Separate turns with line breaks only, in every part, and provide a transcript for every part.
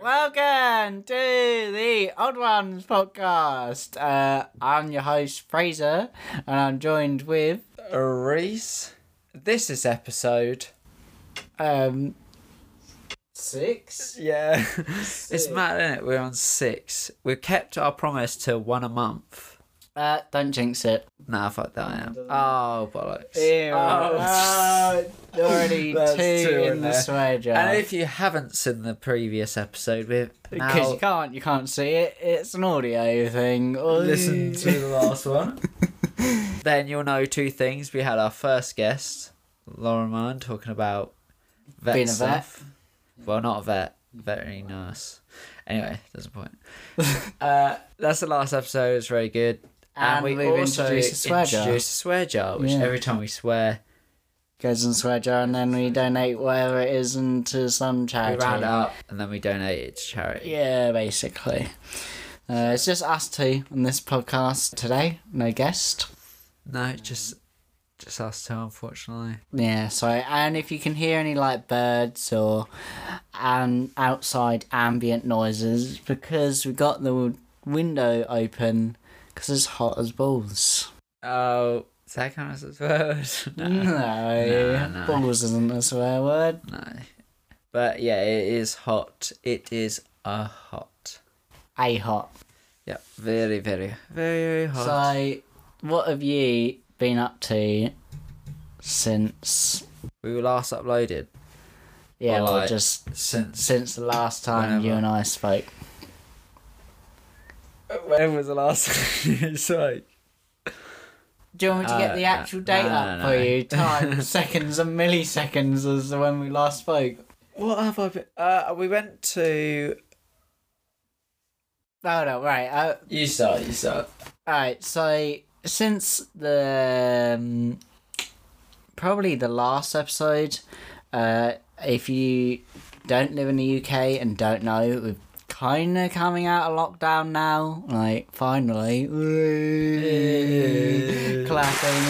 Welcome to the Odd Ones podcast. Uh, I'm your host Fraser, and I'm joined with
Reese, this is episode.
um six.
Yeah.
Six.
it's mad, isn't it? We're on six. We've kept our promise to one a month.
Uh, don't jinx it.
Nah, fuck that, I am. Oh, bollocks.
Oh, already two,
That's two
in
in
the
there.
swear jar.
And if you haven't seen the previous episode, we've
Because you
now
can't, you can't see it. It's an audio thing.
listened to the last one. then you'll know two things. We had our first guest, Laura Mann, talking about vet
Being a vet.
stuff. Well, not a vet, veterinary nurse. Anyway, doesn't point. uh, that's the last episode. It's very good.
And we've introduced a swear jar.
introduced a swear jar, which
Yeah.
every time we swear,
goes in the swear jar, and then we donate whatever it is into some
we
charity.
round it up and then we donate it to charity.
Yeah, basically. Uh, it's just us two on this podcast today. No guest.
No, just just us two, unfortunately.
Yeah, so and if you can hear any like birds or um, outside ambient noises, it's because we got the window open because it's hot as balls.
Oh, does that count as a word?
No,
no.
balls isn't a swear word.
No. But yeah, it is hot. It is a hot.
A hot.
Yeah, very, very, very hot.
So, what have you been up to since?
we were last uploaded
Yeah,
Well,
well,
like,
just
since.
since the last time you
Whenever.
and I spoke.
When was the last time? Sorry.
Do you want me to get
Uh,
the
no,
actual date
no, no,
up
no.
for you? Time, seconds, and milliseconds as to when we last spoke.
What have I been? Uh, we went to.
Oh no, right. Uh,
You start, you start.
Alright, so since the um, probably the last episode, uh, if you don't live in the UK and don't know, we're kind of coming out of lockdown now. Like finally,
Hey.
clapping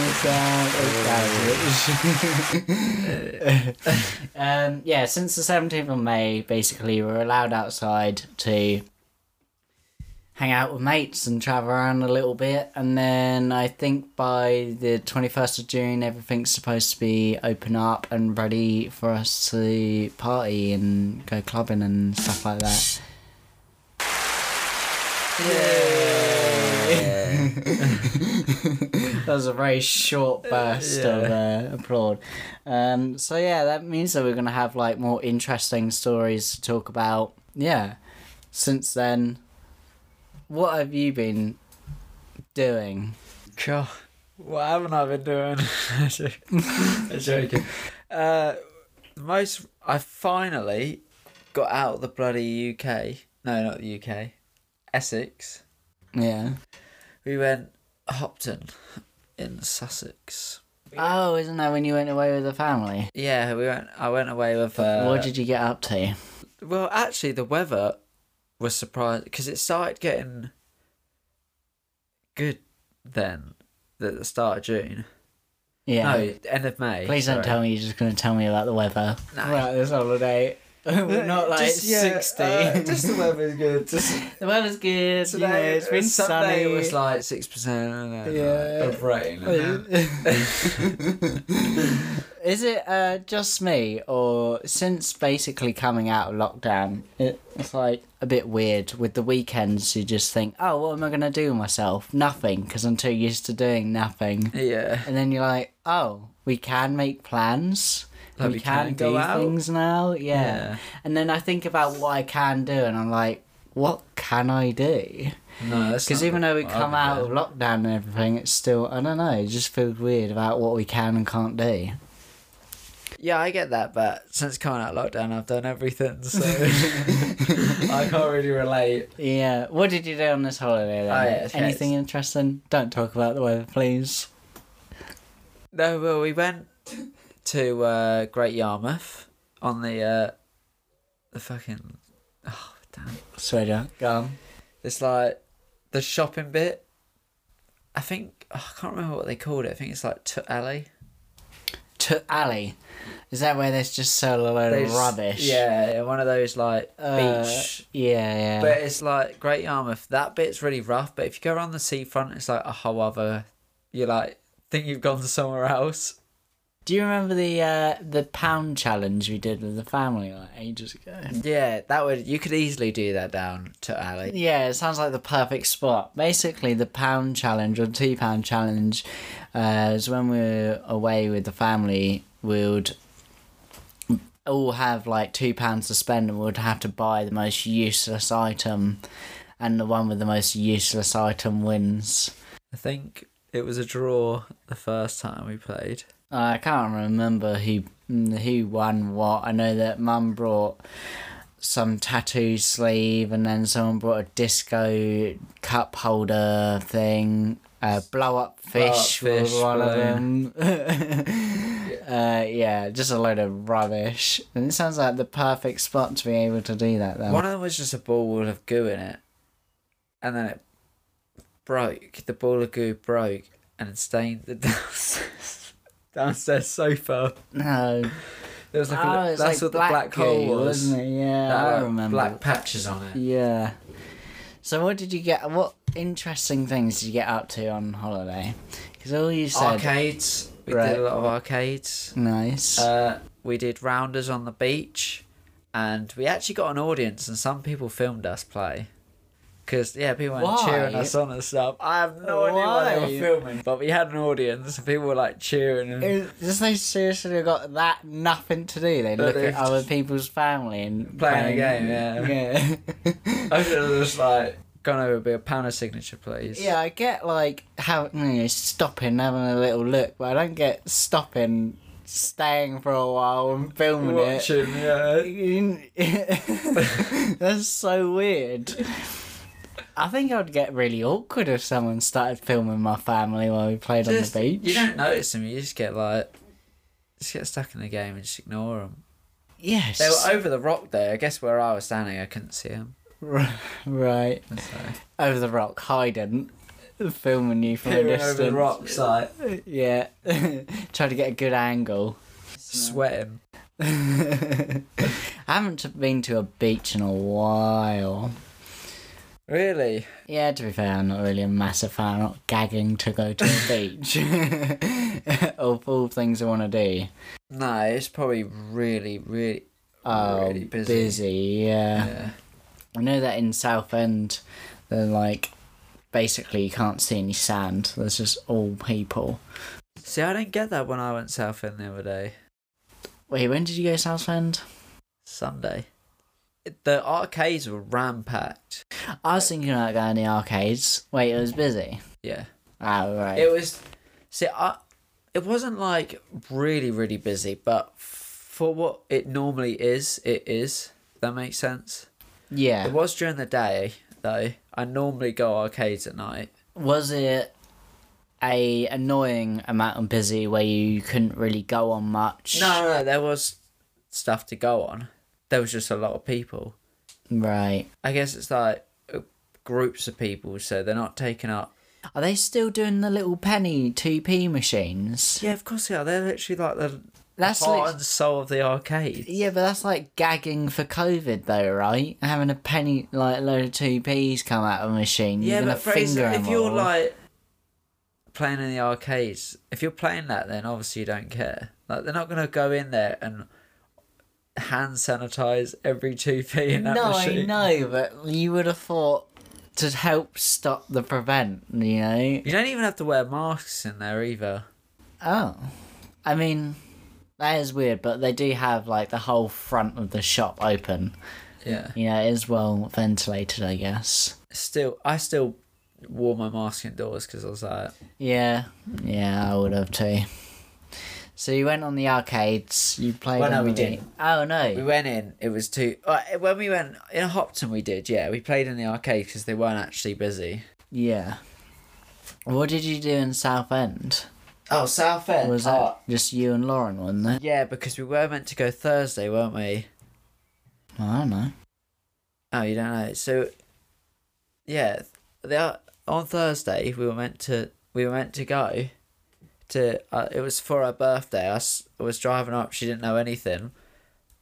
sound of garbage. um, yeah, since the seventeenth of May, basically, we're allowed outside to hang out with mates and travel around a little bit. And then I think by the 21st of June, everything's supposed to be open up and ready for us to party and go clubbing and stuff like that.
Yeah.
that was a very short burst of uh, applaud. Um, so, yeah, that means that we're going to have like more interesting stories to talk about. Yeah. Since then, what have you been doing?
God, what haven't I been doing? I'm joking. I'm joking. Uh, most I finally got out of the bloody UK. No, not the UK. Essex.
Yeah.
We went Hopton in Sussex.
Oh, isn't that when you went away with the family?
Yeah, we went. I went away with. Uh,
what did you get up to?
Well, actually, the weather was surprised because it started getting good then at the start of June.
Yeah.
No, end of May.
Please don't
Oh, sorry.
tell me you're just going to tell me about the weather.
No.
Right, this holiday. Not like
Uh, Just,
it's
yeah,
60.
uh, just the weather's good. Just
the weather's good.
today,
you know, it's been
Sunday
sunny. Oh,
it was like six percent.
Yeah.
of rain.
Is it uh, just me, or since basically coming out of lockdown, it- it's like a bit weird with the weekends? You just think, oh, what am I going to do with myself? Nothing, because I'm too used to doing nothing.
Yeah,
And then you're like, oh, we can make plans.
Like,
we,
we
can,
can go
do
out.
things now. Yeah.
Yeah.
And then I think about what I can do, and I'm like, what can I do?
no, that's
Because
not
even though we
what
come out
I've
of
done.
lockdown and everything, it's still, I don't know, it just feels weird about what we can and can't do.
yeah, I get that, but since coming out of lockdown, I've done everything, so I can't really relate.
Yeah. What did you do on this holiday then?
Oh, yeah, okay,
Anything interesting? Don't talk about the weather, please.
No, well, we went to uh, Great Yarmouth on the uh, the fucking oh damn.
Swear down. Go on.
It's like the shopping bit. I think oh, I can't remember what they called it. I think it's like to alley.
Toot Alley. Is that where there's just so a load
There's-
of rubbish?
Yeah, one of those like
Uh,
beach.
Yeah, yeah.
But it's like Great Yarmouth. That bit's really rough. But if you go around the seafront, it's like a whole other. You like think you've gone to somewhere else.
Do you remember the uh, the pound challenge we did with the family like ages ago?
Yeah, that would you could easily do that down to alley.
Yeah, it sounds like the perfect spot. Basically, the pound challenge or two pound challenge uh, is when we were away with the family, we would all have like two pounds to spend and we would have to buy the most useless item, and the one with the most useless item wins.
I think it was a draw the first time we played.
I can't remember who who won what. I know that Mum brought some tattoo sleeve, and then someone brought a disco cup holder thing. A blow up fish
Blow-up
was
fish
one of them. yeah. Uh, yeah, just a load of rubbish. And it sounds like the perfect spot to be able to do that, though.
One of them was just a ball of goo in it, and then it broke. The ball of goo broke and stained the downstairs, downstairs sofa.
No.
There was like
Oh,
a,
it's like
that's what the black hole
goo,
was.
wasn't it? Yeah,
That had,
I
like,
remember.
Black patches on it.
Yeah. So what did you get? What interesting things did you get up to on holiday? Because all you said,
arcades. We
Right.
did a lot of arcades.
nice.
Uh, we did rounders on the beach, and we actually got an audience, and some people filmed us play. Cause yeah, people were
Why?
cheering us on and stuff. I have no idea why they
Why?
were filming, but we had an audience, and people were like cheering. And...
Is- Just they seriously have got that nothing to do. They
But
look
they've
at other people's family and
Playing a game, yeah.
yeah. Yeah.
I should have just like gone over be a pound of signature, please.
Yeah, I get like how you know, stopping, having a little look, but I don't get stopping, staying for a while and filming it.
watching. Yeah.
That's so weird. I think I'd get really awkward if someone started filming my family while we played
Just-
on the beach.
You don't notice them. You just get like, just get stuck in the game and just ignore them.
Yes.
They were over the rock there. I guess where I was standing, I couldn't see them.
right. Over the rock, hiding, filming you from a distance.
like
Yeah. Try to get a good angle.
sweating.
I haven't been to a beach in a while.
Really?
Yeah, to be fair, I'm not really a massive fan. I'm not gagging to go to a beach. of all things I want to do.
No, it's probably really, really.
Oh,
Really busy.
busy. yeah.
Yeah.
I know that in Southend, they're like, basically you can't see any sand. There's just all people.
See, I didn't get that when I went south end the other day.
Wait, when did you go to Southend?
Sunday. It- The arcades were ram packed.
I was thinking about going to the arcades. Wait, it was busy.
Yeah.
Oh, right.
It was. See, I. It wasn't like really, really busy, but for what it normally is, it is. That makes sense. It
yeah.
was during the day though. I normally go arcades at night.
Was it a annoying amount of busy where you couldn't really go on much?
No, no, no, there was stuff to go on. There was just a lot of people.
Right.
I guess it's like uh, groups of people, so they're not taken up.
Are they still doing the little penny 2p machines?
Yeah, of course they are. They're literally like the
That's
heart
lit-
and soul of the arcade.
Yeah, but that's like gagging for COVID, though, right? Having a penny, like a load of two p's come out of a machine.
Yeah,
you're gonna
but for instance,
finger 'em
if you're
all.
like playing in the arcades, if you're playing that, then obviously you don't care. Like they're not gonna go in there and hand sanitize every two p in that
no,
machine.
I know, but you would have thought to help stop the prevent. You know?
You don't even have to wear masks in there either.
Oh, I mean, that is weird, but they do have like the whole front of the shop open.
Yeah.
You know, it is well ventilated, I guess.
Still, I still wore my mask indoors because I was like,
Yeah, yeah, I would have too. So you went on the arcades. You played.
Well, no,
on
we
the-
didn't.
Oh no.
we went in. It was too. Uh, when we went in Hopton, we did. Yeah, we played in the arcade because they weren't actually busy.
Yeah. What did you do in Southend?
Oh, Southend.
Was that just you and Lauren, wasn't it?
yeah, because we were meant to go Thursday, weren't we?
I don't know.
Oh, you don't know. So, yeah, th- the, on Thursday we were meant to we were meant to go to uh, it was for her birthday. I s- I was driving up. She didn't know anything,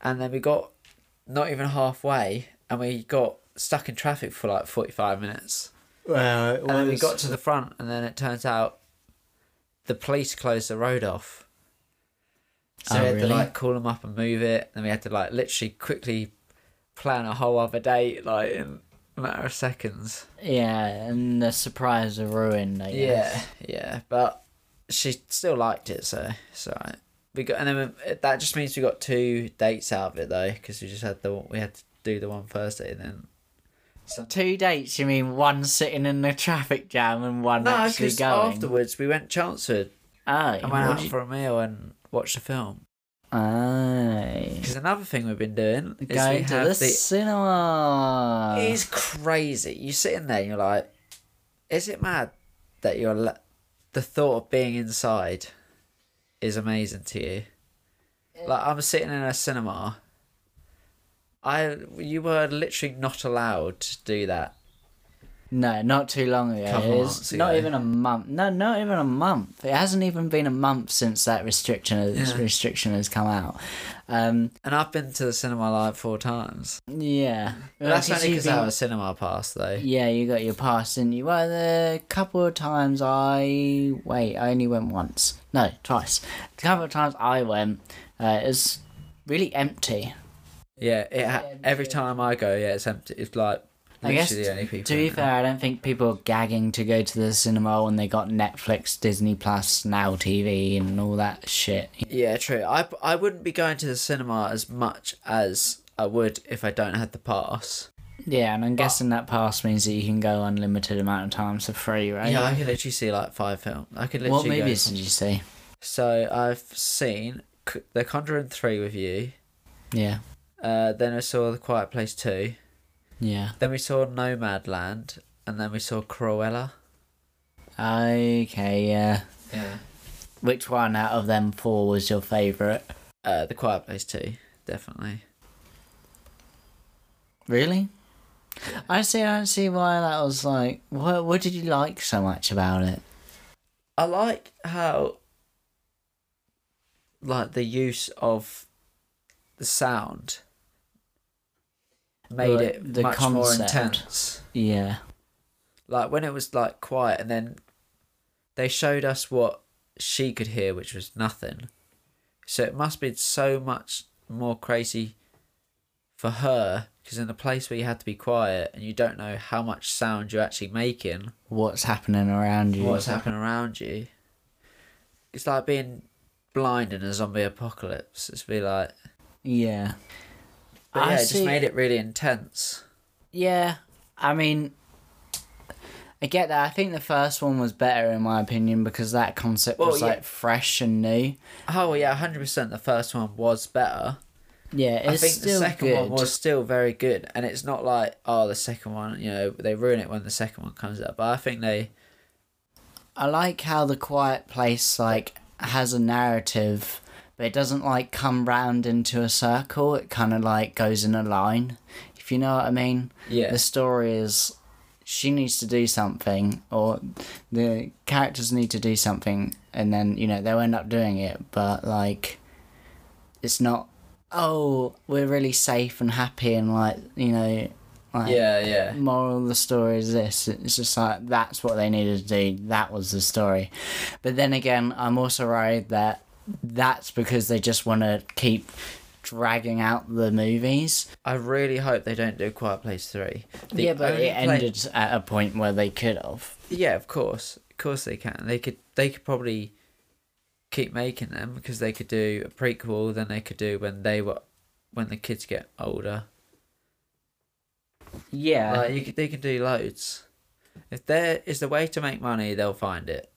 and then we got not even halfway, and we got stuck in traffic for like forty five minutes.
Well, it
And then we got to the front, and then it turns out the police closed the road off. So
Oh,
we had
really?
to like call them up and move it, and we had to like literally quickly plan a whole other date like in a matter of seconds.
yeah, and the surprise of ruined. I
Yeah,
guess.
yeah, but she still liked it, so it's alright. We got, and then we- that just means we got two dates out of it though, because we just had the we had to do the one Thursday and then.
Two dates? You mean one sitting in the traffic jam and one
No,
actually
because
going?
afterwards we went Chanceford
Aye,
and went
what
out
do you-
for a meal and watched a film.
Aye.
Because another thing we've been doing is we
Going to
have
the, cinema. Uh,
the. It's crazy. You sit in there and you're like, is it mad that you're le- the thought of being inside is amazing to you? Like I'm sitting in a cinema. I you were literally not allowed to do that.
No, not too long ago.
Couple
It
months
was not
ago.
even a month. No, not even a month. It hasn't even been a month since that restriction has,
Yeah.
restriction has come out. Um,
And I've been to the cinema like four times.
yeah.
But that's
Because
only
you've
because I
been-
have a cinema pass though.
Yeah, you got your pass, didn't you? Well, the couple of times I wait, I only went once. No, twice. A couple of times I went, uh, it was really empty.
Yeah, it ha- every time I go, yeah, it's empty. It's like
I
literally
guess,
the only people.
To be
in there.
fair, I don't think people are gagging to go to the cinema when they got Netflix, Disney Plus, Now TV, and all that shit.
Yeah, true. I I wouldn't be going to the cinema as much as I would if I don't have the pass.
Yeah, and I'm guessing that pass means that you can go unlimited amount of times for free, right?
Yeah, I could literally see like five films. I could
What
literally. go
movies
from-
did you see?
So I've seen C- The Conjuring three with you.
Yeah,
Uh, then I saw The Quiet Place 2.
yeah.
Then we saw Nomadland. And then we saw Cruella.
Okay, yeah.
Yeah.
Which one out of them four was your favourite?
Uh, the Quiet Place 2, definitely.
Really? I see. I don't see why that was like. What What did you like so much about it?
I like how, like, the use of the sound made
Like,
it
the
much
concept.
more intense.
Yeah.
Like, when it was, like, quiet, and then they showed us what she could hear, which was nothing. So it must be so much more crazy for her because in a place where you have to be quiet and you don't know how much sound you're actually making,
What's happening around you?
what's happening around you, it's like being blind in a zombie apocalypse. It's be like,
Yeah.
but
I
yeah, it
see-
just made it really intense.
Yeah. I mean, I get that. I think the first one was better in my opinion because that concept
Well,
was
yeah.
like fresh and new.
Oh yeah, hundred percent. The first one was better.
Yeah,
I
it's
think
still
the second
good.
one was still very good, and it's not like oh the second one, you know, they ruin it when the second one comes out. But I think they
I like how the Quiet Place like has a narrative, but it doesn't like come round into a circle. It kind of like goes in a line, if you know what I mean.
yeah
The story is she needs to do something, or the characters need to do something, and then you know they'll end up doing it. But like, it's not. Oh, we're really safe and happy, and like you know, like
yeah yeah.
moral of the story is this it's just like that's what they needed to do that was the story but then again i'm also worried that that's because they just want to keep dragging out the movies
I really hope they don't do Quiet Place three. The
yeah but
only
it
pla-
ended at a point where they could have
Yeah, of course, of course they can. They could, they could probably keep making them because they could do a prequel. Then they could do when they were, when the kids get older.
yeah
Like you could, they can do loads. If there is the way to make money, they'll find it.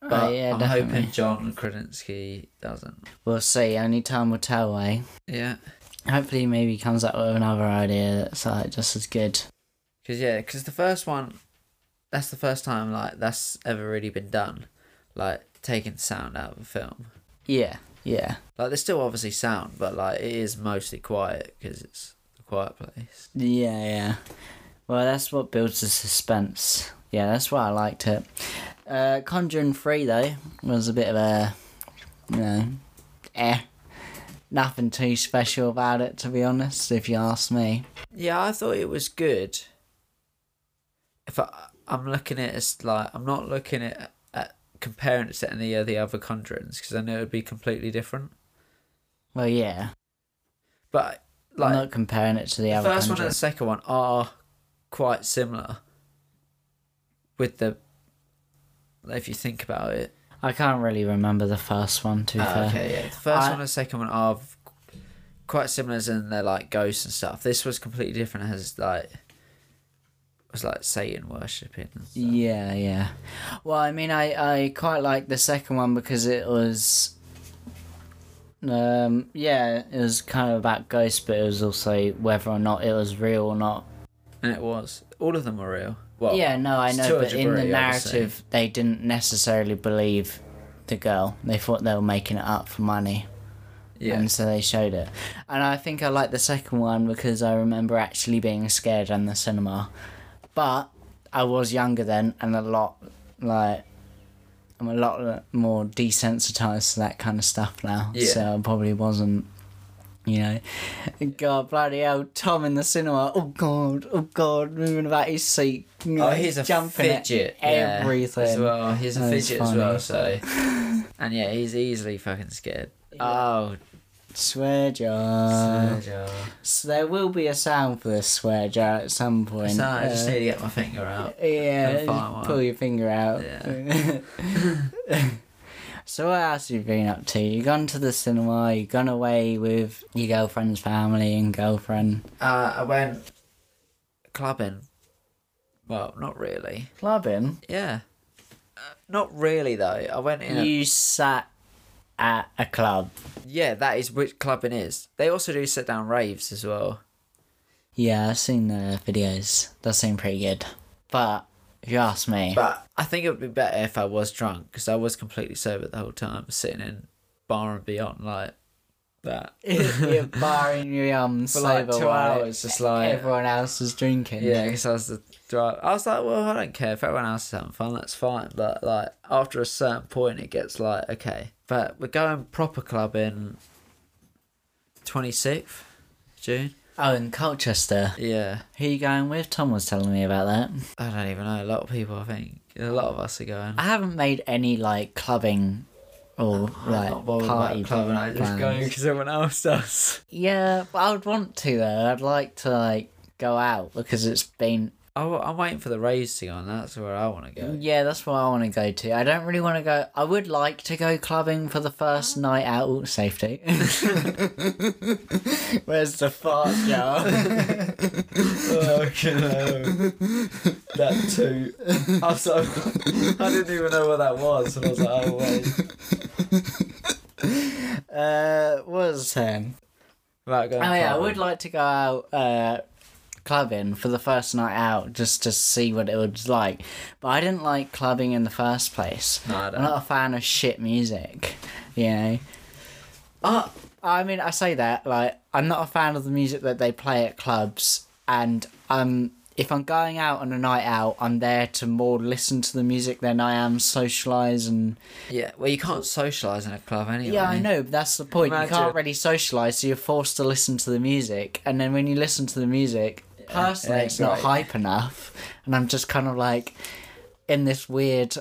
But
Oh, yeah
I'm
definitely.
hoping John Krasinski doesn't.
we'll see only time will tell eh
Yeah,
hopefully he maybe comes up with another idea that's like just as good
because yeah, because the first one, that's the first time like that's ever really been done, like taking sound out of a film.
yeah yeah
Like there's still obviously sound, but like it is mostly quiet because it's a quiet place.
Yeah, yeah. Well, that's what builds the suspense. Yeah, that's why I liked it. Uh, Conjuring 3, though, was a bit of a, you know, eh. Nothing too special about it, to be honest, if you ask me.
Yeah, I thought it was good. If I, I'm looking at it as like I'm not looking at, at comparing it to any of the other Conjurings because I know it would be completely different.
Well, yeah.
But like
I'm not comparing it to the,
the
other
first one and
Conjuring.
the second one are quite similar. With the, if you think about it,
I can't really remember the first one, to be
Ah,
fair.
okay, yeah. The first
I-
one and the second one are v- quite similar as in they're like ghosts and stuff. This was completely different as like was like Satan worshipping. and stuff.
Yeah, yeah. Well, I mean, I, I quite like the second one because it was. Um, yeah, it was kind of about ghosts, but it was also whether or not it was real or not.
And it was. All of them were real. Well
yeah, no, I
it's
know,
Oh, to a
but in the
degree, obviously.
narrative, they didn't necessarily believe the girl. They thought they were making it up for money,
Yeah.
and so they showed it. And I think I like the second one because I remember actually being scared in the cinema, but I was younger then and a lot like. I'm a lot more desensitized to that kind of stuff now,
Yeah.
so I probably wasn't, you know. God bloody hell, Tom in the cinema. Oh god, oh god, moving about his seat. you know,
Oh, he's a
jumping at
fidget. yeah,
Everything.
as well. He's a
That is
fidget as
funny.
well. So, and yeah, he's easily fucking scared. Oh,
Swear Uh, jar.
Sergio.
So there will be a sound for this swear jar at some point.
So I just
Uh,
need to get my finger out.
yeah,
and find
just
one.
pull your finger out.
Yeah.
so what else have you been up to? You gone to the cinema. You gone away with your girlfriend's family and girlfriend
Uh, I went clubbing. Well, not really.
clubbing.
Yeah. Uh, not really though. I went in. A,
You sat at a club.
yeah, that is which clubbing is. They also do sit down raves as well.
Yeah, I've seen the videos. They seem pretty good. But if you ask me,
But I think it would be better if I was drunk because I was completely sober the whole time, sitting in bar and beyond like that.
you're barring your um
For like
sober
two
while
hours, just like
everyone else is drinking.
yeah, because I was the drive. I was like, well, I don't care if everyone else is having fun, that's fine. But like after a certain point, it gets like okay. But we're going proper clubbing. Twenty sixth June.
Oh, in Colchester,
Yeah.
who you going with? Tom was telling me about that.
I don't even know. A lot of people, I think. A lot of us are going.
I haven't made any like clubbing or like party
clubbing. I just go
plans.
because everyone else does.
Yeah, but I would want to though. I'd like to like go out because it's been
I, am waiting for the raves to go on. That's where I want to go.
Yeah, that's what I want to go to. I don't really want to go. I would like to go clubbing for the first night out. Ooh, safety. Where's the fart jar?
that too. I'm so, I didn't even know what that was, and I was like, oh wait.
uh, what was ten?
Right, go.
Oh yeah, I would like to go out uh, clubbing for the first night out just to see what it was like. But I didn't like clubbing in the first place.
No, I
I'm
don't.
not a fan of shit music. You know. Uh, I mean, I say that like I'm not a fan of the music that they play at clubs, and um, if I'm going out on a night out, I'm there to more listen to the music than I am socialise and.
Yeah, well, you can't socialise in a club anyway.
Yeah, I know. But that's the point. You can't
Imagine.
really socialise, so you're forced to listen to the music, and then when you listen to the music, personally,
yeah,
it's not
great.
hype enough, and I'm just kind of like in this weird.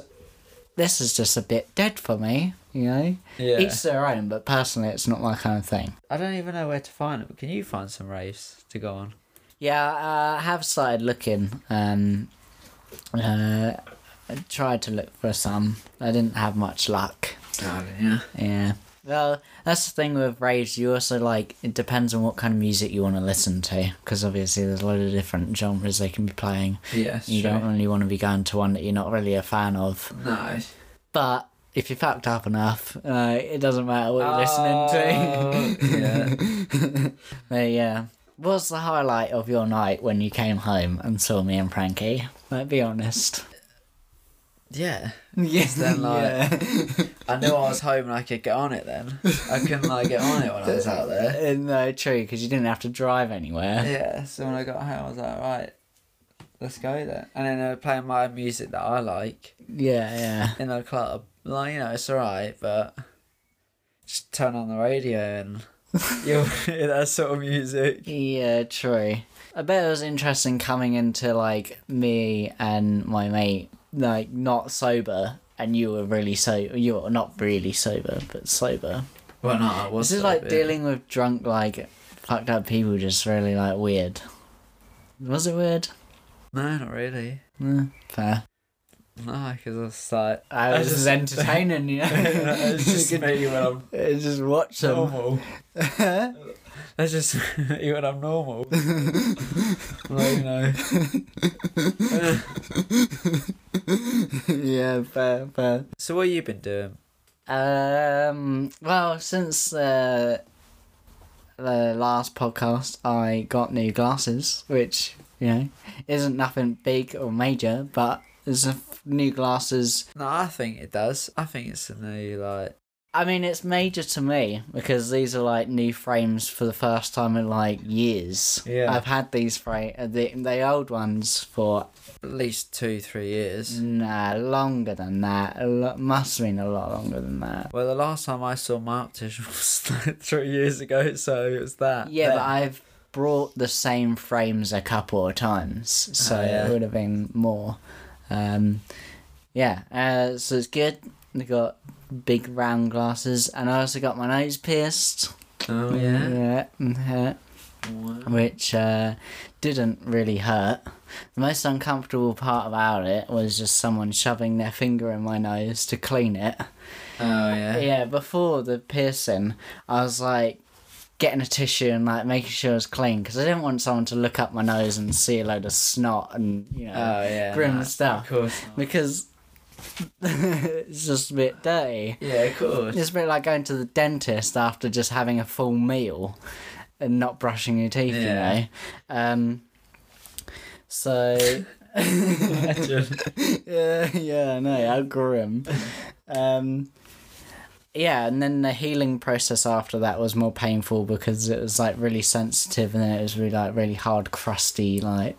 This is just a bit dead for me, you know.
Yeah.
Each their own, but personally, it's not my kind of thing.
I don't even know where to find it. Can you find some raves to go on?
Yeah, uh, I have started looking. Um, uh, I tried to look for some. I didn't have much luck.
yeah.
Yeah. Well, that's the thing with raves. You also like it depends on what kind of music you want to listen to, because obviously there's a lot of different genres they can be playing.
Yeah, it's
You
true.
don't really want to be going to one that you're not really a fan of.
No.
But if you're fucked up enough, uh, it doesn't matter what you're listening to.
to. Oh, yeah.
but yeah, what's the highlight of your night when you came home and saw me and Frankie? Like, be honest.
Yeah.
Yes,
then, like- I knew I was home and I could get on it then. I couldn't like get on it when I was out there.
Uh, no, true, because you didn't have to drive anywhere.
Yeah, so when I got home I was like, right, let's go there. And then they're playing my music that I like
Yeah, yeah.
in the club. Like, you know, it's alright, but just turn on the radio and you'll hear that sort of music.
Yeah, true. I bet it was interesting coming into like me and my mate, like not sober, and you were really so you were not really sober, but sober.
Well, no, I was.
This is
so
like
big.
dealing with drunk, like fucked up people, just really like weird. Was it weird?
No, not really.
Nah, fair.
No, because I was like.
I was just entertaining, you know.
it's just me when I'm
just watch them.
normal. That's "Oh, just me when I'm normal. like, you know.
yeah, fair, fair.
So, what you been doing?
Um. Well, since uh, the last podcast, I got new glasses, which you know isn't nothing big or major, but it's a f- new glasses.
No, I think it does. I think it's a new, like.
I mean, it's major to me because these are like new frames for the first time in like years.
Yeah.
I've had these frame the the old ones for
At least two, three years.
nah longer than that. A lot, must have been a lot longer than that.
Well, the last time I saw my optician was like three years ago, so it was that.
Yeah,
then.
but I've brought the same frames a couple of times, so
Oh, yeah.
it would have been more. Um, yeah, uh, so it's good. I got big round glasses, and I also got my nose pierced.
Oh, yeah. Oh,
yeah, and hurt, which uh, didn't really hurt. The most uncomfortable part about it was just someone shoving their finger in my nose to clean it.
Oh, yeah.
Yeah, before the piercing, I was like getting a tissue and like making sure it was clean because I didn't want someone to look up my nose and see a load of snot and you know
Oh, yeah.
grim
no,
stuff
Of course. not.
because it's just a bit dirty.
Yeah, of course.
It's a bit like going to the dentist after just having a full meal and not brushing your teeth,
Yeah.
you know. Um, so
Imagine.
yeah, yeah, I know, how grim. Um, yeah, and then the healing process after that was more painful because it was like really sensitive and then it was really like really hard, crusty, like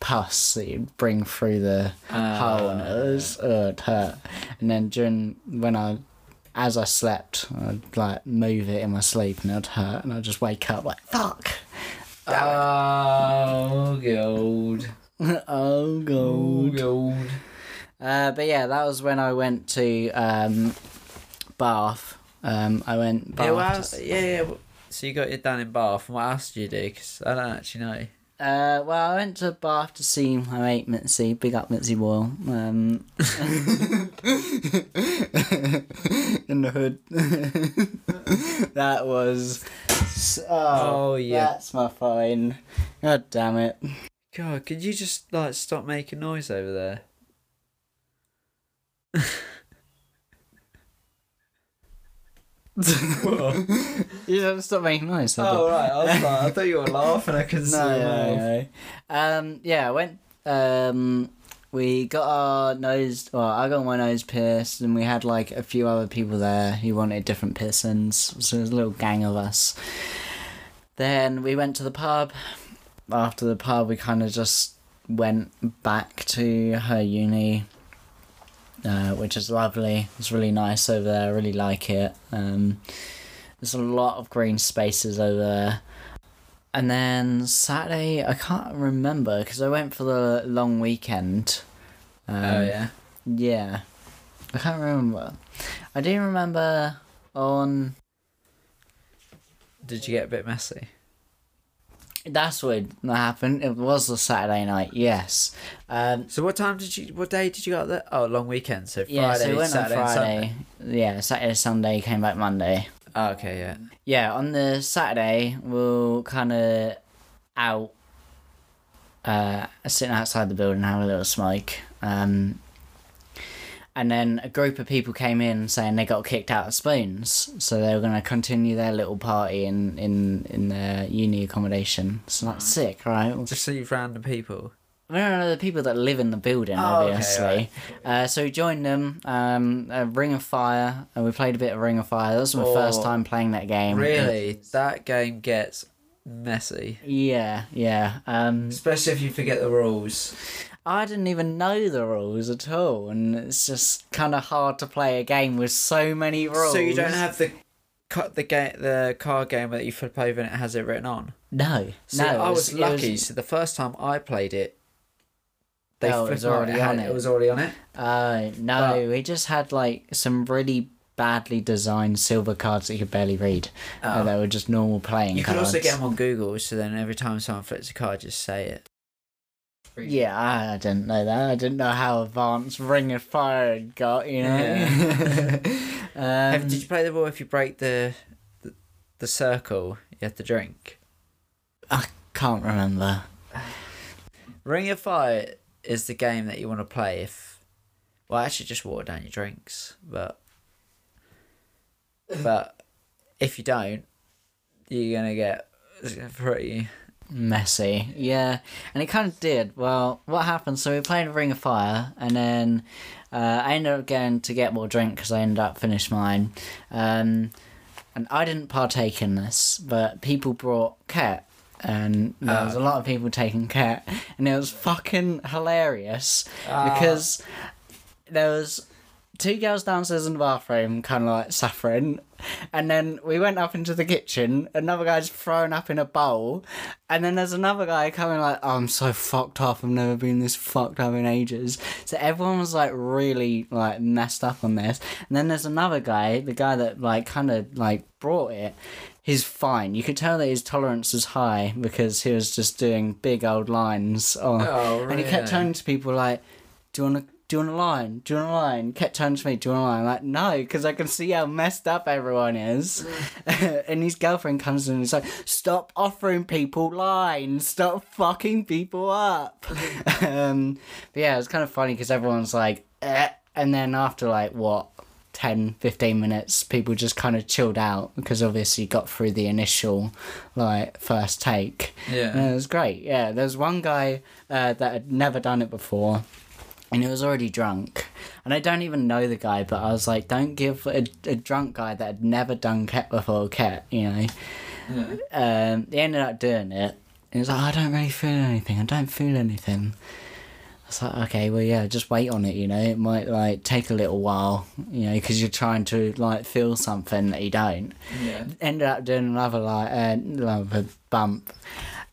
pus that you bring through the hole and it was, oh, it hurt. And then during when I, as I slept, I'd like move it in my sleep and it'd hurt and I'd just wake up like, fuck.
Oh, gold.
oh, God.
Oh, gold.
Uh, but yeah, that was when I went to um, Bath. Um, I went Bath.
Yeah, well,
to-
yeah, yeah. well- So you got it done in Bath, and what else did you do? Because I don't actually know.
uh, well, I went to Bath to see my mate Mitzi. Big up Mitzi Boyle. Um, in the hood. that was. s- Oh,
Oh, yeah.
That's my phone. God damn it.
God, could you just like stop making noise over there? what?
You don't stop making noise. have you?
Oh right, I was like, I thought you were laughing. I could see.
No,
your mouth.
no, no. Um, yeah, I went. Um, we got our nose. Well, I got my nose pierced, and we had like a few other people there who wanted different piercings. So there's a little gang of us. Then we went to the pub. After the pub, we kind of just went back to her uni. Uh, which is lovely. It's really nice over there. I really like it. Um, there's a lot of green spaces over there. And then Saturday, I can't remember because I went for the long weekend. Um,
oh yeah.
Yeah. I can't remember. I do remember on.
Did you get a bit messy?
That's what happened. It was the Saturday night, yes. Um,
So what time did you? What day did you go out there? Oh, long weekend. So Friday,
yeah, so we went
Saturday,
on
and Sunday.
Friday. Yeah, Saturday, Sunday, came back Monday.
Oh, okay, yeah.
yeah, on the Saturday we'll kind of out, uh, sitting outside the building, have a little smoke, um, and then a group of people came in saying they got kicked out of Spoons, so they were gonna continue their little party in in in their uni accommodation. So that's sick, right? We'll
Just see random people.
we don't know the people that live in the building,
Oh, okay,
obviously.
right.
uh, so we joined them, um, uh, Ring of Fire, and we played a bit of Ring of Fire. That was my
Oh,
Mm-hmm. first time playing that game.
Really, that game gets messy.
Yeah, yeah. Um,
Especially if you forget the rules.
I didn't even know the rules at all, and it's just kind of hard to play a game with so many rules.
So you don't have the cut the game the card game that you flip over and it has it written on.
no.
So
no, it
I was
it
lucky. So the first time I played it, they
Oh, it
flipped
was
on
already
had-
on it.
It was already on it.
Uh, no, we just had like some really badly designed silver cards that you could barely read. Uh, they were just normal playing
Oh. You could
cards.
also get them on Google, so then every time someone flips a card, just say it.
Yeah, I, I didn't know that. I didn't know how advanced Ring of Fire had got, you know?
Yeah.
um,
Have- did you play the rule if you break the, the the circle, you have to drink?
I can't remember.
Ring of Fire is the game that you want to play if. Well, actually, just water down your drinks, but. But if you don't, you're gonna get it's gonna be pretty.
Messy, yeah, and it kind of did. Well, what happened? So we played Ring of Fire, and then uh, I ended up going to get more drink because I ended up finished mine, um, and I didn't partake in this, but people brought cat, and
Uh.
there was a lot of people taking cat, and it was fucking hilarious
Ah.
because there was two girls downstairs in the bathroom, kind of like suffering. And then we went up into the kitchen. Another guy's thrown up in a bowl, and then there's another guy coming like, oh, "I'm so fucked up. I've never been this fucked up in ages." So everyone was like really like messed up on this. And then there's another guy, the guy that like kind of like brought it. He's fine. You could tell that his tolerance was high because he was just doing big old lines. On,
Oh,
And he kept
really?
turning to people like, "Do you want to?" Do you want a line? Do you want a line? Kept turning to me, do you want a line? I'm like, no, because I can see how messed up everyone is. and his girlfriend comes in and is like, stop offering people lines. Stop fucking people up. um, but yeah, it was kind of funny because everyone's like, eh. and then after like, what, 10, 15 minutes, people just kind of chilled out because obviously got through the initial, like, first take.
Yeah.
And Uh, it was great. Yeah, there was one guy uh, that had never done it before, and he was already drunk. And I don't even know the guy, but I was like, don't give a, a drunk guy that had never done cat before cat. You know. Um, he ended up doing it. And he was like, I don't really feel anything. I don't feel anything. I was like, okay, well, yeah, just wait on it. You know, it might like take a little while. You know, because you're trying to like feel something that you don't
Yeah.
ended up doing another like uh, another bump,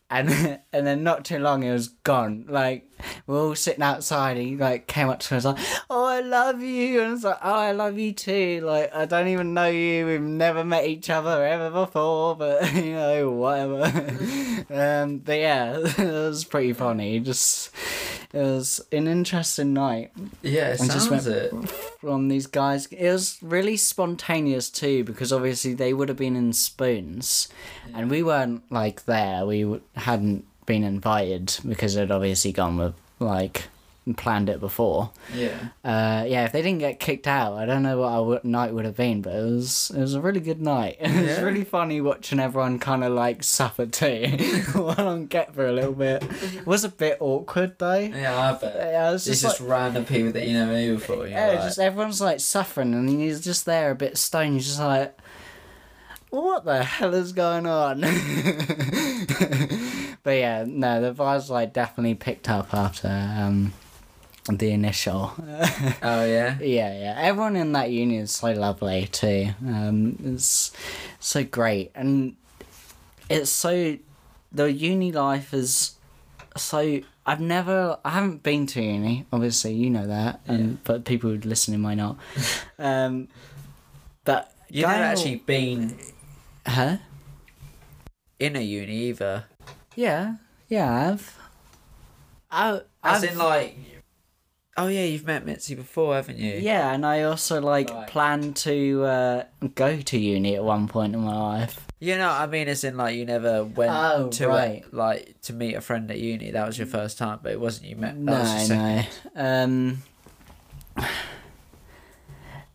and then- and then not too long it was gone. Like we're all sitting outside, and he like came up to us like, "Oh, I love you," and it's like, "Oh, I love you too." Like I don't even know you. We've never met each other ever before, but you know whatever. um, but yeah, it was pretty funny. Just it was an interesting night
Yeah, it
And just
sounds
went-
it.
from these guys. It was really spontaneous too, because obviously they would have been in spoons, and we weren't like there. We w- hadn't been invited because they'd obviously gone with like planned it before.
Yeah.
Uh, yeah, if they didn't get kicked out, I don't know what our w- night would have been, but it was it was a really good night. It was
Yeah.
really funny watching everyone kind of like suffer too while on get for a little bit. It was a bit awkward though.
Yeah, I bet.
I was
it's
just like-
just random people that you never knew before.
yeah, just everyone's like suffering, and he's just there, a bit stoned. You're just like, what the hell is going on? but yeah, no, the vibe's like definitely picked up after um, the initial.
oh yeah.
Yeah, yeah. Everyone in that union is so lovely too. Um, it's so great, and it's so the uni life is so. I've never, I haven't been to uni. Obviously, you know that, and but people listening might not. Um, but
You've never
going-
actually been
huh?
in a uni either.
Yeah, yeah, I have. I,
As
I've,
in like. Oh yeah, you've met Mitzi before, haven't you?
yeah, and I also like
Right.
plan to uh, go to uni at one point in my life.
You know, I mean, as in like you never went
Oh,
to
right.
a, like to meet a friend at uni. That was your first time, but it wasn't you met. That was your
No,
second.
no. Um,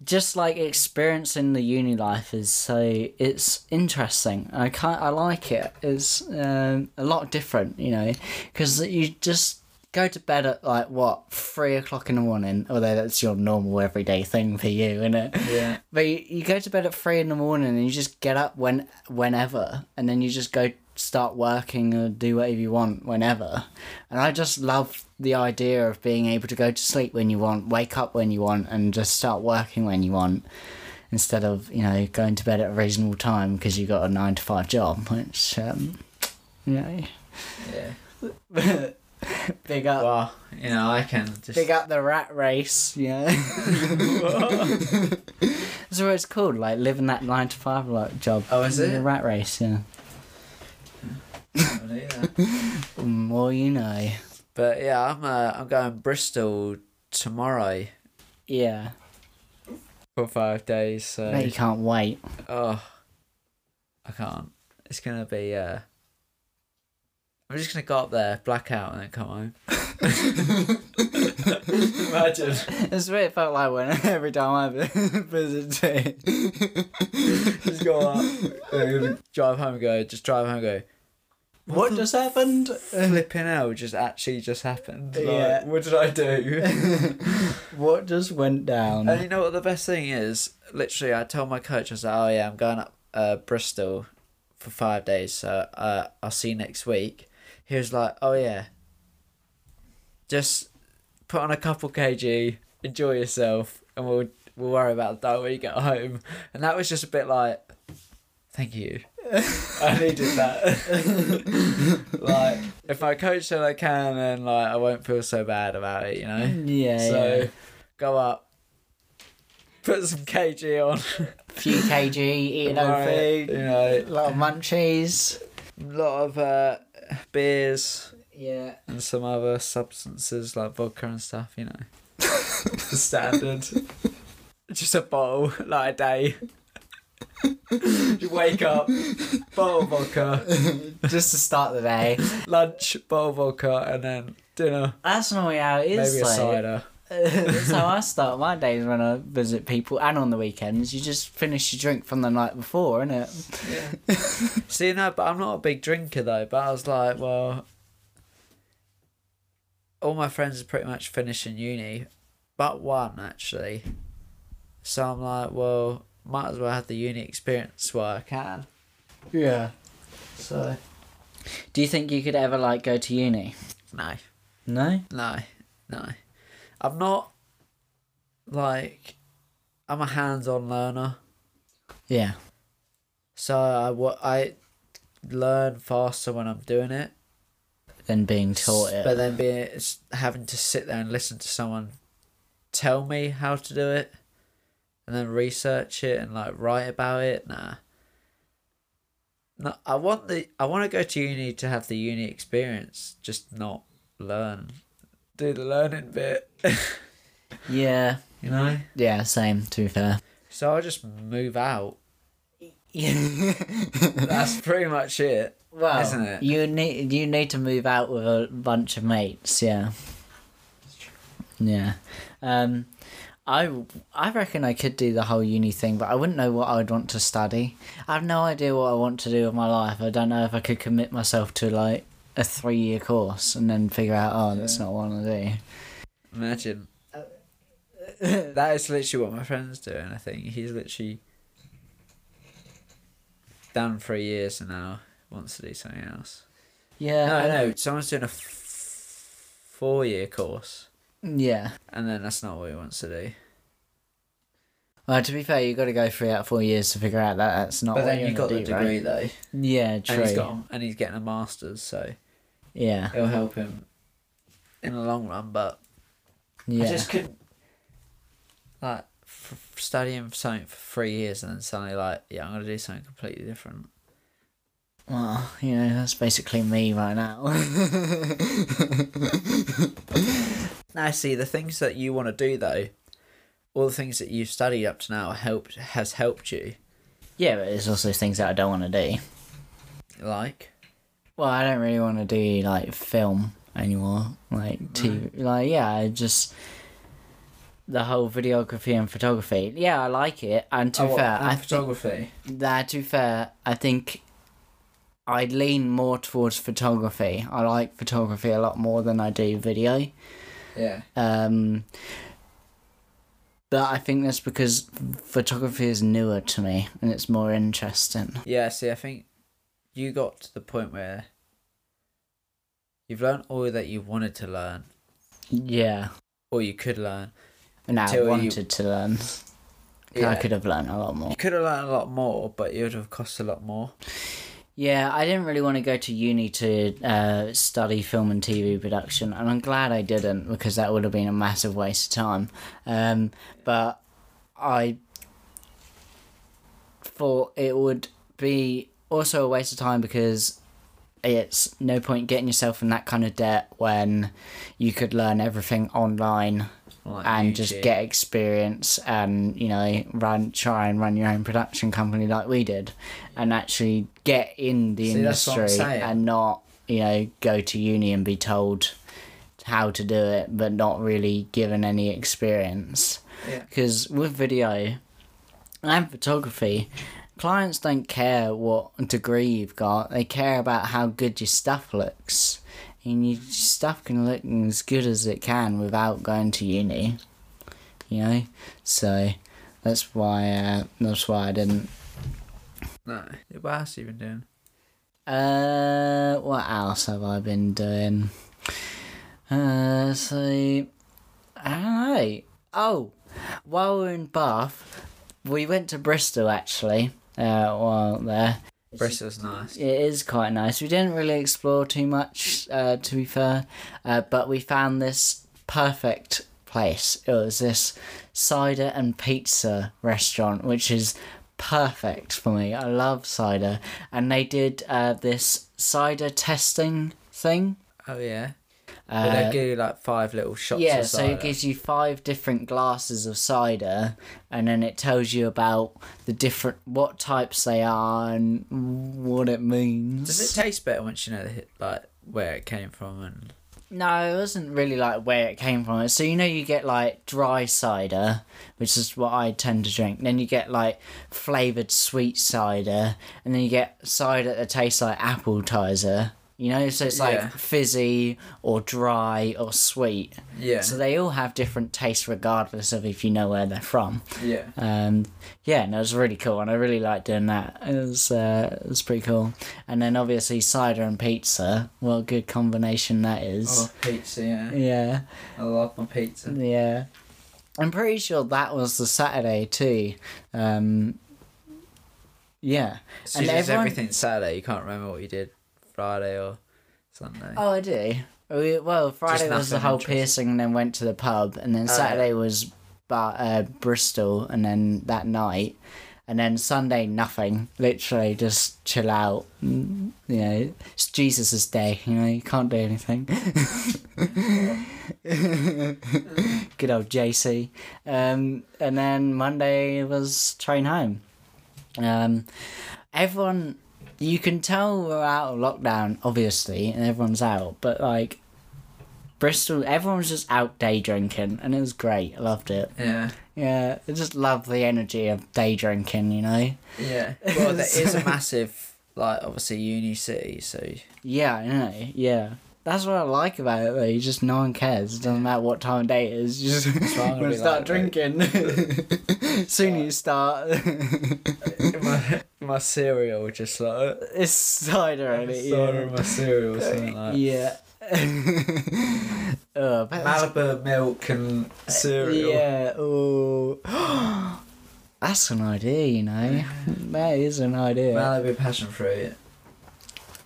just like experiencing the uni life is so it's interesting. I can't, I like it. It's um, a lot different, you know, because you just go to bed at like what three o'clock in the morning. Although that's your normal everyday thing for you, isn't it?
Yeah.
But you, you go to bed at three in the morning and you just get up when whenever, and then you just go start working or do whatever you want whenever. And I just love the idea of being able to go to sleep when you want, wake up when you want, and just start working when you want instead of, you know, going to bed at a reasonable time because you got a nine to five job, which, um, you know,
Yeah.
big up.
Well, you know, I can just.
Big up the rat race, yeah. That's what it's called, like living that nine to five like job.
Oh, is it?
The rat race, yeah.
I don't know either.
The More you know.
But yeah, I'm uh, I'm going Bristol tomorrow
Yeah.
for five days. So
Bet you can't wait.
oh, I can't. It's gonna be. Uh, I'm just gonna go up there, black out, and then come home. Imagine.
That's what it felt like when every time I visited.
Just go up, drive home, go. Just drive home, go.
What just happened?
Flipping hell just actually just happened. Like,
Yeah.
What did I do?
What just went
And
down?
you know what the best thing is? Literally, I told my coach, I was like, oh yeah, I'm going up uh, Bristol for five days, so uh, I'll see you next week. He was like, oh yeah, just put on a couple kg, enjoy yourself, and we'll we'll worry about that when you get home. And that was just a bit like, thank you. I needed that. like, if my coach said I can, then like I won't feel so bad about it, you know.
Yeah,
So
yeah.
go up, put some KG on.
Few kg, eating no
Right,
food,
You know,
a lot of munchies.
lot of uh, beers
Yeah.
and some other substances like vodka and stuff. You know, the standard. Just a bottle, like a day. you wake up, bottle of vodka,
just to start the day.
lunch, bottle of vodka, and then dinner,
That's normally how it is.
maybe a
though.
cider.
That's how I start my days when I visit people and on the weekends. You just finish your drink from the night before, innit?
See, no, but I'm not a big drinker though. But I was like, well, all my friends are pretty much finishing uni, but one actually. So I'm like, well, might as well have the uni experience while I can.
Yeah.
So
Do you think you could ever like go to uni?
no,
No.
no, no. I'm not like I'm a hands-on learner.
Yeah.
So I wa- I learn faster when I'm doing it.
Then being taught it.
But then being it's having to sit there and listen to someone tell me how to do it, and then research it and like write about it. Nah. No, I want the I want to go to uni to have the uni experience, just not learn, do the learning bit.
yeah.
you know.
Yeah. Same. To be fair.
So I'll just move out.
Yeah.
That's pretty much it.
well,
Isn't it?
you need you need to move out with a bunch of mates. Yeah. Yeah. Um, I I reckon I could do the whole uni thing, but I wouldn't know what I would want to study. I have no idea what I want to do with my life. I don't know if I could commit myself to like a three year course and then figure out, oh, that's not what I want to do.
Imagine. that is literally what my friend's doing, I think. He's literally done three years and now wants to do something else.
Yeah.
No, no, someone's doing a f- four year course
Yeah.
and then that's not what he wants to do.
Well, to be fair, you got to go three out of four years to figure out that that's not
But
what
then
you
you've got the
do,
degree
right?
though.
Yeah, true.
And he's, got, and he's getting a master's, so
yeah.
it'll help him in the long run, but
Yeah.
I just couldn't like f- studying for something for three years and then suddenly like yeah I'm gonna do something completely different.
Well, you know, that's basically me right now.
Now see the things that you want to do though, all the things that you've studied up to now helped has helped you.
yeah, but there's also things that I don't want to do.
Like
Well, I don't really want to do like film anymore, like TV. Like, yeah, I just the whole videography and photography. Yeah, I like it. And to be fair, I think
Oh, photography.
that to be fair, I think I lean more towards photography. I like photography a lot more than I do video.
Yeah.
Um, but I think that's because photography is newer to me and it's more interesting.
Yeah. See, I think you got to the point where you've learned all that you wanted to learn
Yeah.
or you could learn.
Now I
Till you-
wanted to learn. I
Yeah.
could have learned a lot more.
You could have learned a lot more, but it would have cost a lot more.
Yeah, I didn't really want to go to uni to uh, study film and TV production, and I'm glad I didn't because that would have been a massive waste of time. Um, but I thought it would be also a waste of time because it's no point getting yourself in that kind of debt when you could learn everything online
Like
and just
YouTube.
get experience and you know run try and run your own production company like we did and actually get in the
See, that's what I'm
industry
saying.
and not you know go to uni and be told how to do it but not really given any experience
Yeah.
because with video and photography clients don't care what degree you've got they care about how good your stuff looks and your stuff can look as good as it can without going to uni you know so that's why uh, that's why i didn't
No. What else have you been doing?
uh what else have i been doing uh so i don't know oh while we were in bath we went to bristol actually uh while there
Bristol's nice.
It is quite nice. We didn't really explore too much, uh, to be fair, uh, but we found this perfect place. It was this cider and pizza restaurant, which is perfect for me. I love cider, and they did uh, this cider testing thing.
Oh yeah. But
Uh,
they give you like five little shots.
yeah,
of
so it
cider.
gives you five different glasses of cider, and then it tells you about the different what types they are and what it means.
Does it taste better once you know the, like where it came from and
No, it wasn't really like where it came from. So you know, you get like dry cider, which is what I tend to drink. Then you get like flavored sweet cider, and then you get cider that tastes like apple tizer. You know, so it's like
Yeah.
fizzy or dry or sweet.
yeah
So they all have different tastes, regardless of if you know where they're from.
yeah
Um, yeah, and it was really cool, and I really liked doing that. It was, uh, it was pretty cool. And then obviously cider and pizza. What a good combination that is.
oh pizza yeah
Yeah,
I love my pizza
yeah. I'm pretty sure that was the Saturday too. Um, yeah.
so
And
you just
everyone-
everything Saturday you can't remember what you did Friday or Sunday
Oh, I do. We, well, Friday was the
nothing
whole
interesting.
piercing, and then went to the pub, and then
Oh, yeah.
Saturday was bar, uh, Bristol, and then that night, and then Sunday nothing. Literally just chill out. Mm, You know, it's Jesus's day. You know, you can't do anything. Good old JC. Um, and then Monday was train home. Um, everyone you can tell we're out of lockdown, obviously, and everyone's out, but like Bristol, everyone was just out day drinking, and it was great. I loved it.
yeah
Yeah, I just love the energy of day drinking, you know?
yeah well there is a massive like obviously uni city so
Yeah, I know, yeah. That's what I like about it, though. You just, no one cares. It doesn't matter what time of day it is. You just
why I'm
wanna
gonna be
start
like
drinking. Soon you start.
my, my cereal just like
it's cider, in it,
cider in
yeah.
my cereal or something like
Yeah. oh, I bet that's
Malibu milk and cereal
Yeah. Oh, that's an idea. You know, that is an idea.
Malibu passion fruit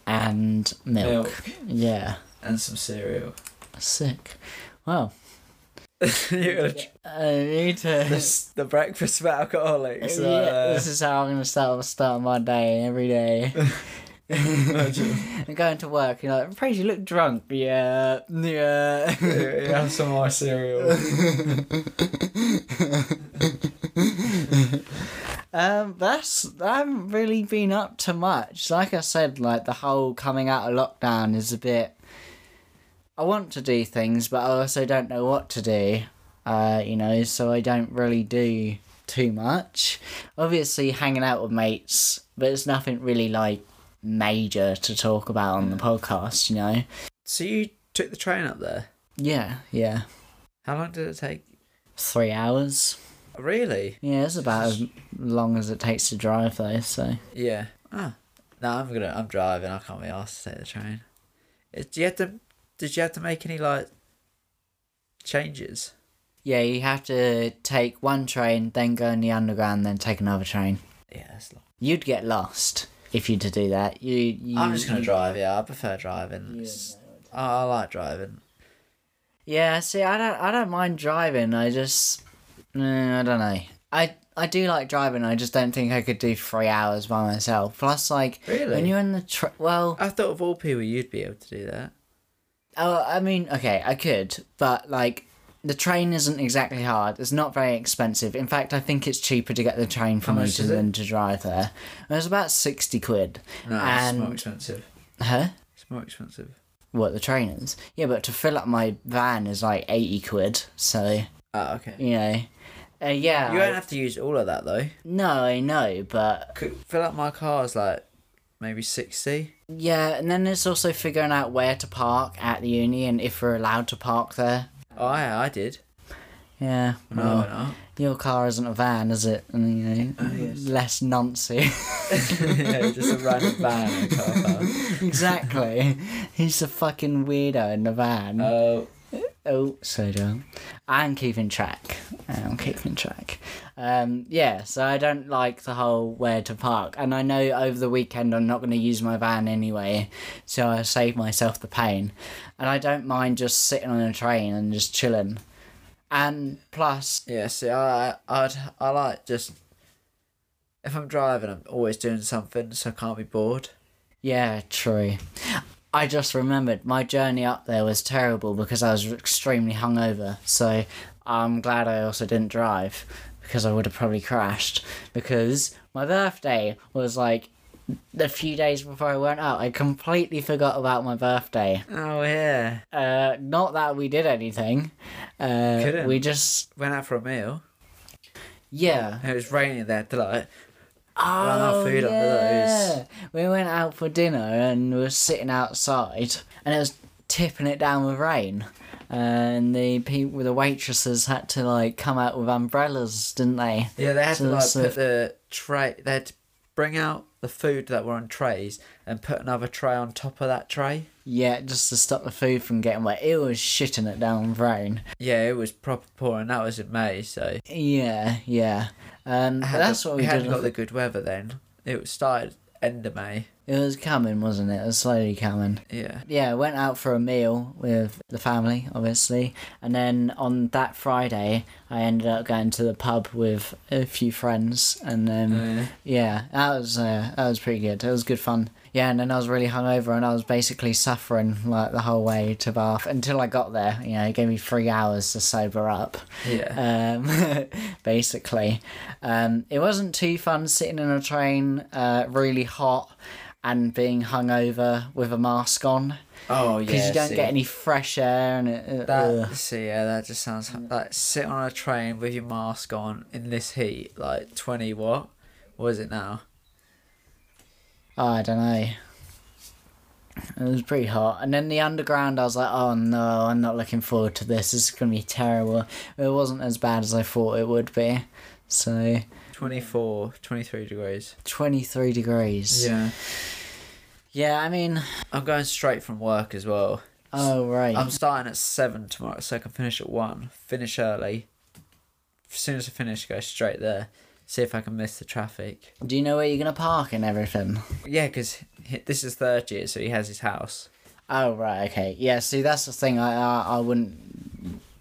and milk.
milk
Yeah.
and some cereal
Sick. Well,
you're gonna
I need to.
the, the breakfast for alcoholics. uh,
yeah, this is uh, how I'm gonna start start my day every day. I'm going to work. You're like, praise you look drunk. Yeah, yeah.
have some of my cereal.
Um, that's I haven't really been up to much. Like I said, like the whole coming out of lockdown is a bit. I want to do things, but I also don't know what to do. Uh, you know, so I don't really do too much. Obviously, hanging out with mates, but it's nothing really like major to talk about on the podcast. You know.
So you took the train up there.
Yeah, yeah.
How long did it take?
Three hours.
Really?
Yeah, it's about as long as it takes to drive though. So
Yeah. Ah, No, I'm gonna. I'm driving. I can't be asked to take the train. Is- Do you have to? Did you have to make any like changes?
Yeah, you have to take one train, then go in the underground, then take another train.
Yeah, that's long.
You'd get lost if you to do that. You, you
I'm just gonna
you-
drive. Mm. Yeah, I prefer driving. It's- I, I like driving.
Yeah, see, I don't, I don't mind driving. I just, mm, I don't know. I, I do like driving. I just don't think I could do three hours by myself. Plus, like when
Really?
you're in the tra- well,
I thought of all people, you'd be able to do that.
oh, I mean, okay, I could, but like the train isn't exactly hard. It's not very expensive. In fact, I think it's cheaper to get the train from
much
Luton
is it?
than to drive there. It was about sixty quid.
No, it's more
and
expensive.
huh?
It's more expensive.
What the train is? Yeah, but to fill up my van is like eighty quid. So
Oh, okay.
you know, uh, yeah.
You
I-
won't have to use all of that though.
No, I know, but
Could fill up my car's like maybe sixty.
yeah, and then it's also figuring out where to park at the uni and if we're allowed to park there.
Oh, yeah, I did.
Yeah,
No,
well,
why not?
your car isn't a van, is it? And you know,
yes.
less nancy.
yeah, just a random van in a car park.
exactly. He's a fucking weirdo in the van.
Oh,
oh, so dumb. I'm keeping track. I'm keeping track. Um, yeah, so I don't like the whole where to park, and I know over the weekend I'm not going to use my van anyway, so I save myself the pain. And I don't mind just sitting on a train and just chilling. And plus,
yeah. See, I, I'd, I like just. If I'm driving, I'm always doing something, so I can't be bored.
yeah, true. I just remembered my journey up there was terrible because I was extremely hungover. So I'm glad I also didn't drive because I would have probably crashed. Because my birthday was like the few days before I went out. I completely forgot about my birthday.
Oh yeah.
Uh, not that we did anything. Uh,
Couldn't.
we just
Went out for a meal.
yeah.
and It was raining there delight.
Oh,
food under
yeah.
those.
We went out for dinner and we were sitting outside and it was tipping it down with rain. And the people, the waitresses had to like come out with umbrellas, didn't they?
Yeah, they had
So
to like
it's a-
put the tray. They had to bring out the food that were on trays and put another tray on top of that tray.
Yeah, just to stop the food from getting wet. It was shitting it down with rain.
Yeah, it was proper pouring. That was in May, so
Yeah, yeah. Um, but
Had
that's
the-
what we,
hadn't
did.
got the good weather then. It started end of May.
It was coming, wasn't it? It was slowly coming.
Yeah.
yeah, went out for a meal with the family, obviously, and then on that Friday, I ended up going to the pub with a few friends, and then
Yeah.
yeah, that was uh, that was pretty good. It was good fun. Yeah, and then I was really hungover, and I was basically suffering like the whole way to Bath until I got there. You know, it gave me three hours to sober up
Yeah.
um, basically. Um, it wasn't too fun sitting in a train, uh, really hot, and being hungover with a mask on
oh yeah.
because you don't
see.
get any fresh air and it. it-
That
ugh.
see, yeah, that just sounds like sit on a train with your mask on in this heat, like twenty what? What is it now?
Oh, I don't know. It was pretty hot, and then the underground. I was like, "Oh no, I'm not looking forward to this. This is gonna be terrible." It wasn't as bad as I thought it would be. So,
24, 23 degrees.
23 degrees.
Yeah.
Yeah, I mean,
I'm going straight from work as well.
oh right.
I'm starting at seven tomorrow, so I can finish at one. Finish early. As soon as I finish, go straight there. See if I can miss the traffic.
Do you know where you're gonna park and everything?
Yeah, because this is third year, so he has his house.
Oh right, okay. Yeah, see that's the thing. I I, I wouldn't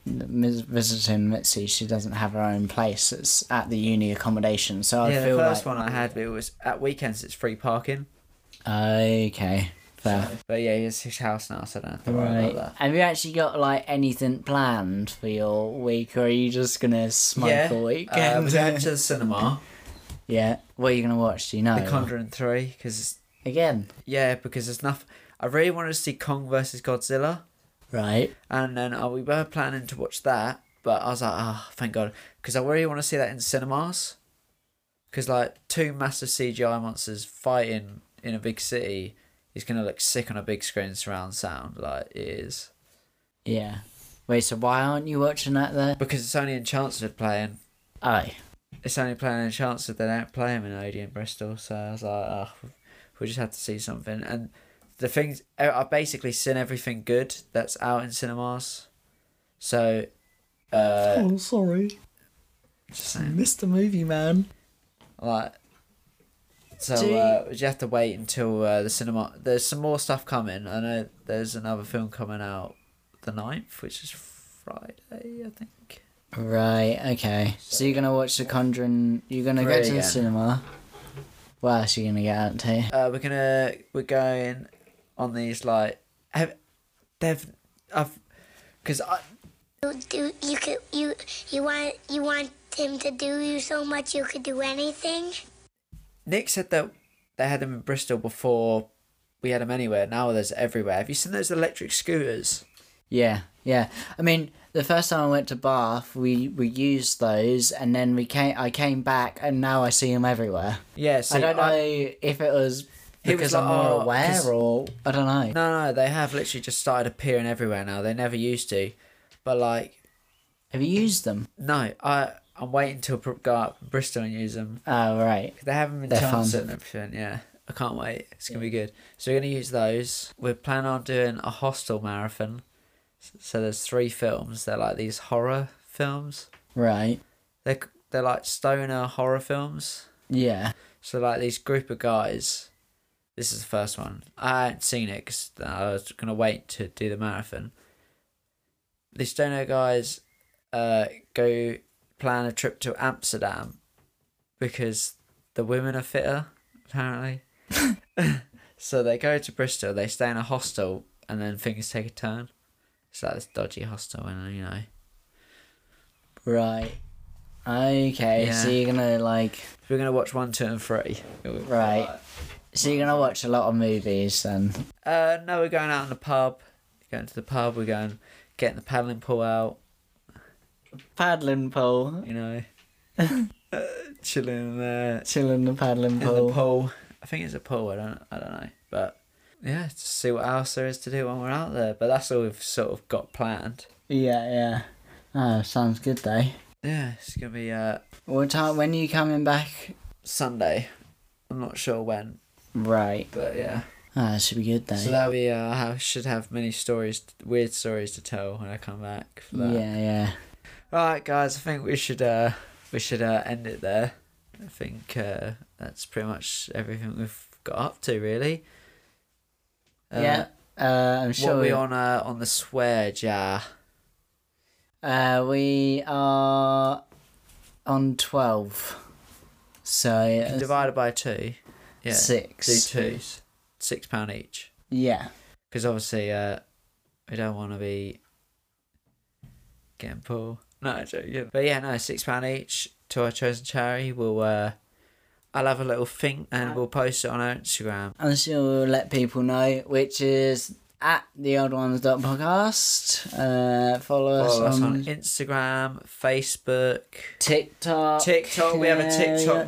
mis- visiting Mitzi. She doesn't have her own place. It's at the uni accommodation. So I
yeah, the
feel
first
like
one I had it was at weekends. It's free parking.
okay, fair.
But yeah, he has his house now, so I don't have to worry about
Right.
that.
Have you actually got like anything planned for your week, or are you just gonna smoke
yeah,
all
uh, we're
weekend?
going to the cinema.
yeah. What are you gonna watch? Do you know?
The Conjuring Three, because
Again.
yeah, because there's nothing. I really wanted to see Kong versus Godzilla.
Right.
and then uh, we were planning to watch that, but I was like, oh, thank God, because I really want to see that in cinemas, because like two massive CGI monsters fighting in a big city is gonna look sick on a big screen surround sound, like it is,
Yeah. Wait. So why aren't you watching that there?
because it's only in Chancellor playing.
Oh.
It's only playing in Chancellor. They don't play him in Odeon Bristol, so I was like, oh, We just had to see something, and the things I- I've basically seen everything good that's out in cinemas. So, uh,
Oh, sorry.
just saying,
Mr. Movie Man.
like, so
Do you-
uh, you have to wait until uh, the cinema. There's some more stuff coming. I know there's another film coming out the 9th, which is Friday, I think.
Right, okay. So you're gonna watch The Conjuring. You're gonna go
Three
to the
again.
cinema. What else are you gonna get out to?
uh, we're gonna we're going on these like have they've I've because I
You do you could you you want you want him to do you so much you could do anything.
Nick said that they had them in Bristol before we had them anywhere. Now there's everywhere. Have you seen those electric scooters?
Yeah, yeah. I mean, the first time I went to Bath, we we used those, and then we came. I came back, and now I see them everywhere.
Yeah, so
I don't know if it was
He
because
was
I'm
like,
more
"Oh,
aware
'cause-"
or I don't know.
no, no, they have literally just started appearing everywhere now. They never used to, but like
Have you used them?
no, I I'm waiting till Br- go up to Bristol and use them.
Oh right.
They haven't been
They're
chance
fun.
and everything, yeah. I can't wait. It's gonna be good. So we're gonna use those. We're planning on doing a hostel marathon. S- So there's three films. They're like these horror films.
Right.
They're c- they're like stoner horror films.
Yeah.
So like these group of guys. This is the first one. I hadn't seen it because I was gonna wait to do the marathon. These stoner guys, uh, go plan a trip to Amsterdam, because the women are fitter apparently. so they go to Bristol. They stay in a hostel, and then things take a turn. It's like this dodgy hostel, and you know.
Right. Okay. So
Yeah.
you're gonna like.
We're gonna watch one, two, and three.
Right. So you're gonna watch a lot of movies then.
Uh, no, we're going out in the pub. Going to the pub. We're going getting the paddling pool out.
Paddling pool.
You know, Uh, chilling in there
Chilling the paddling
in
pool.
the pool. I think it's a pool. I don't. I don't know. But yeah, to see what else there is to do when we're out there. But that's all we've sort of got planned.
Yeah, yeah. Oh, sounds good though.
Yeah, it's gonna be uh
What time? When are you coming back?
Sunday. I'm not sure when,
Right.
but yeah.
Ah, that should be good though.
So that we uh I should have many stories, weird stories to tell when I come back. For that.
yeah, yeah.
Right, guys, I think we should uh, we should uh, end it there. I think uh, that's pretty much everything we've got up to, really. Uh,
yeah. Uh, I'm
What
sure
are
we
we on uh, on the swear jar?
Uh, we are on twelve. So
Divided
yeah,
Divide it by two. Yeah, do
six.
twos, six pound each.
Yeah.
Because obviously, uh, we don't want to be getting poor. No, I'm joking. But yeah, no, six pound each to our chosen charity. We'll uh, I'll have a little think and we'll post it on our Instagram.
I'm sure we'll let people know, which is at the old ones podcast. Uh, follow,
Follow us
Um,
on Instagram, Facebook.
TikTok.
TikTok, we have a
Yeah,
TikTok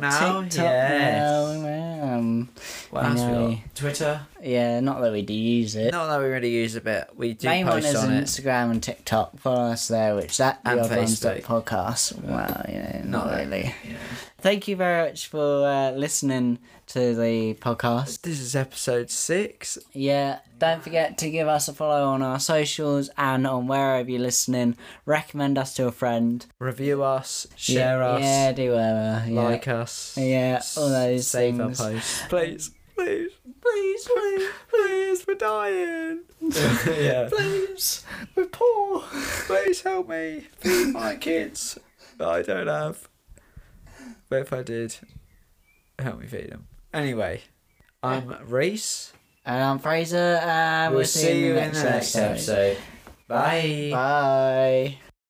got
now,
TikTok
yes.
now, man.
What
I
else we
know.
got? Twitter.
Yeah, not that we do use it.
Not that we really use a bit. We do
Main one
post
is
on it.
Instagram and TikTok. Follow us there, which that
And
the odd ones
Facebook.
podcast. Well, you know, not,
Not that-
really. Thank you very much for uh, listening to the podcast.
This is episode six.
Yeah, don't forget to give us a follow on our socials and on wherever you're listening. Recommend us to a friend.
Review us,
Yeah,
share us,
Yeah, do whatever. Yeah.
like us.
Yeah, all those
Save
things.
our posts. Please, please, please, please, please, we're dying. yeah.
Please, we're poor.
Please help me feed my kids that I don't have. But if I did, help me feed them. Anyway, I'm Reese.
And I'm uh, Fraser, and we'll, see you in the next episode.
Bye.
Bye.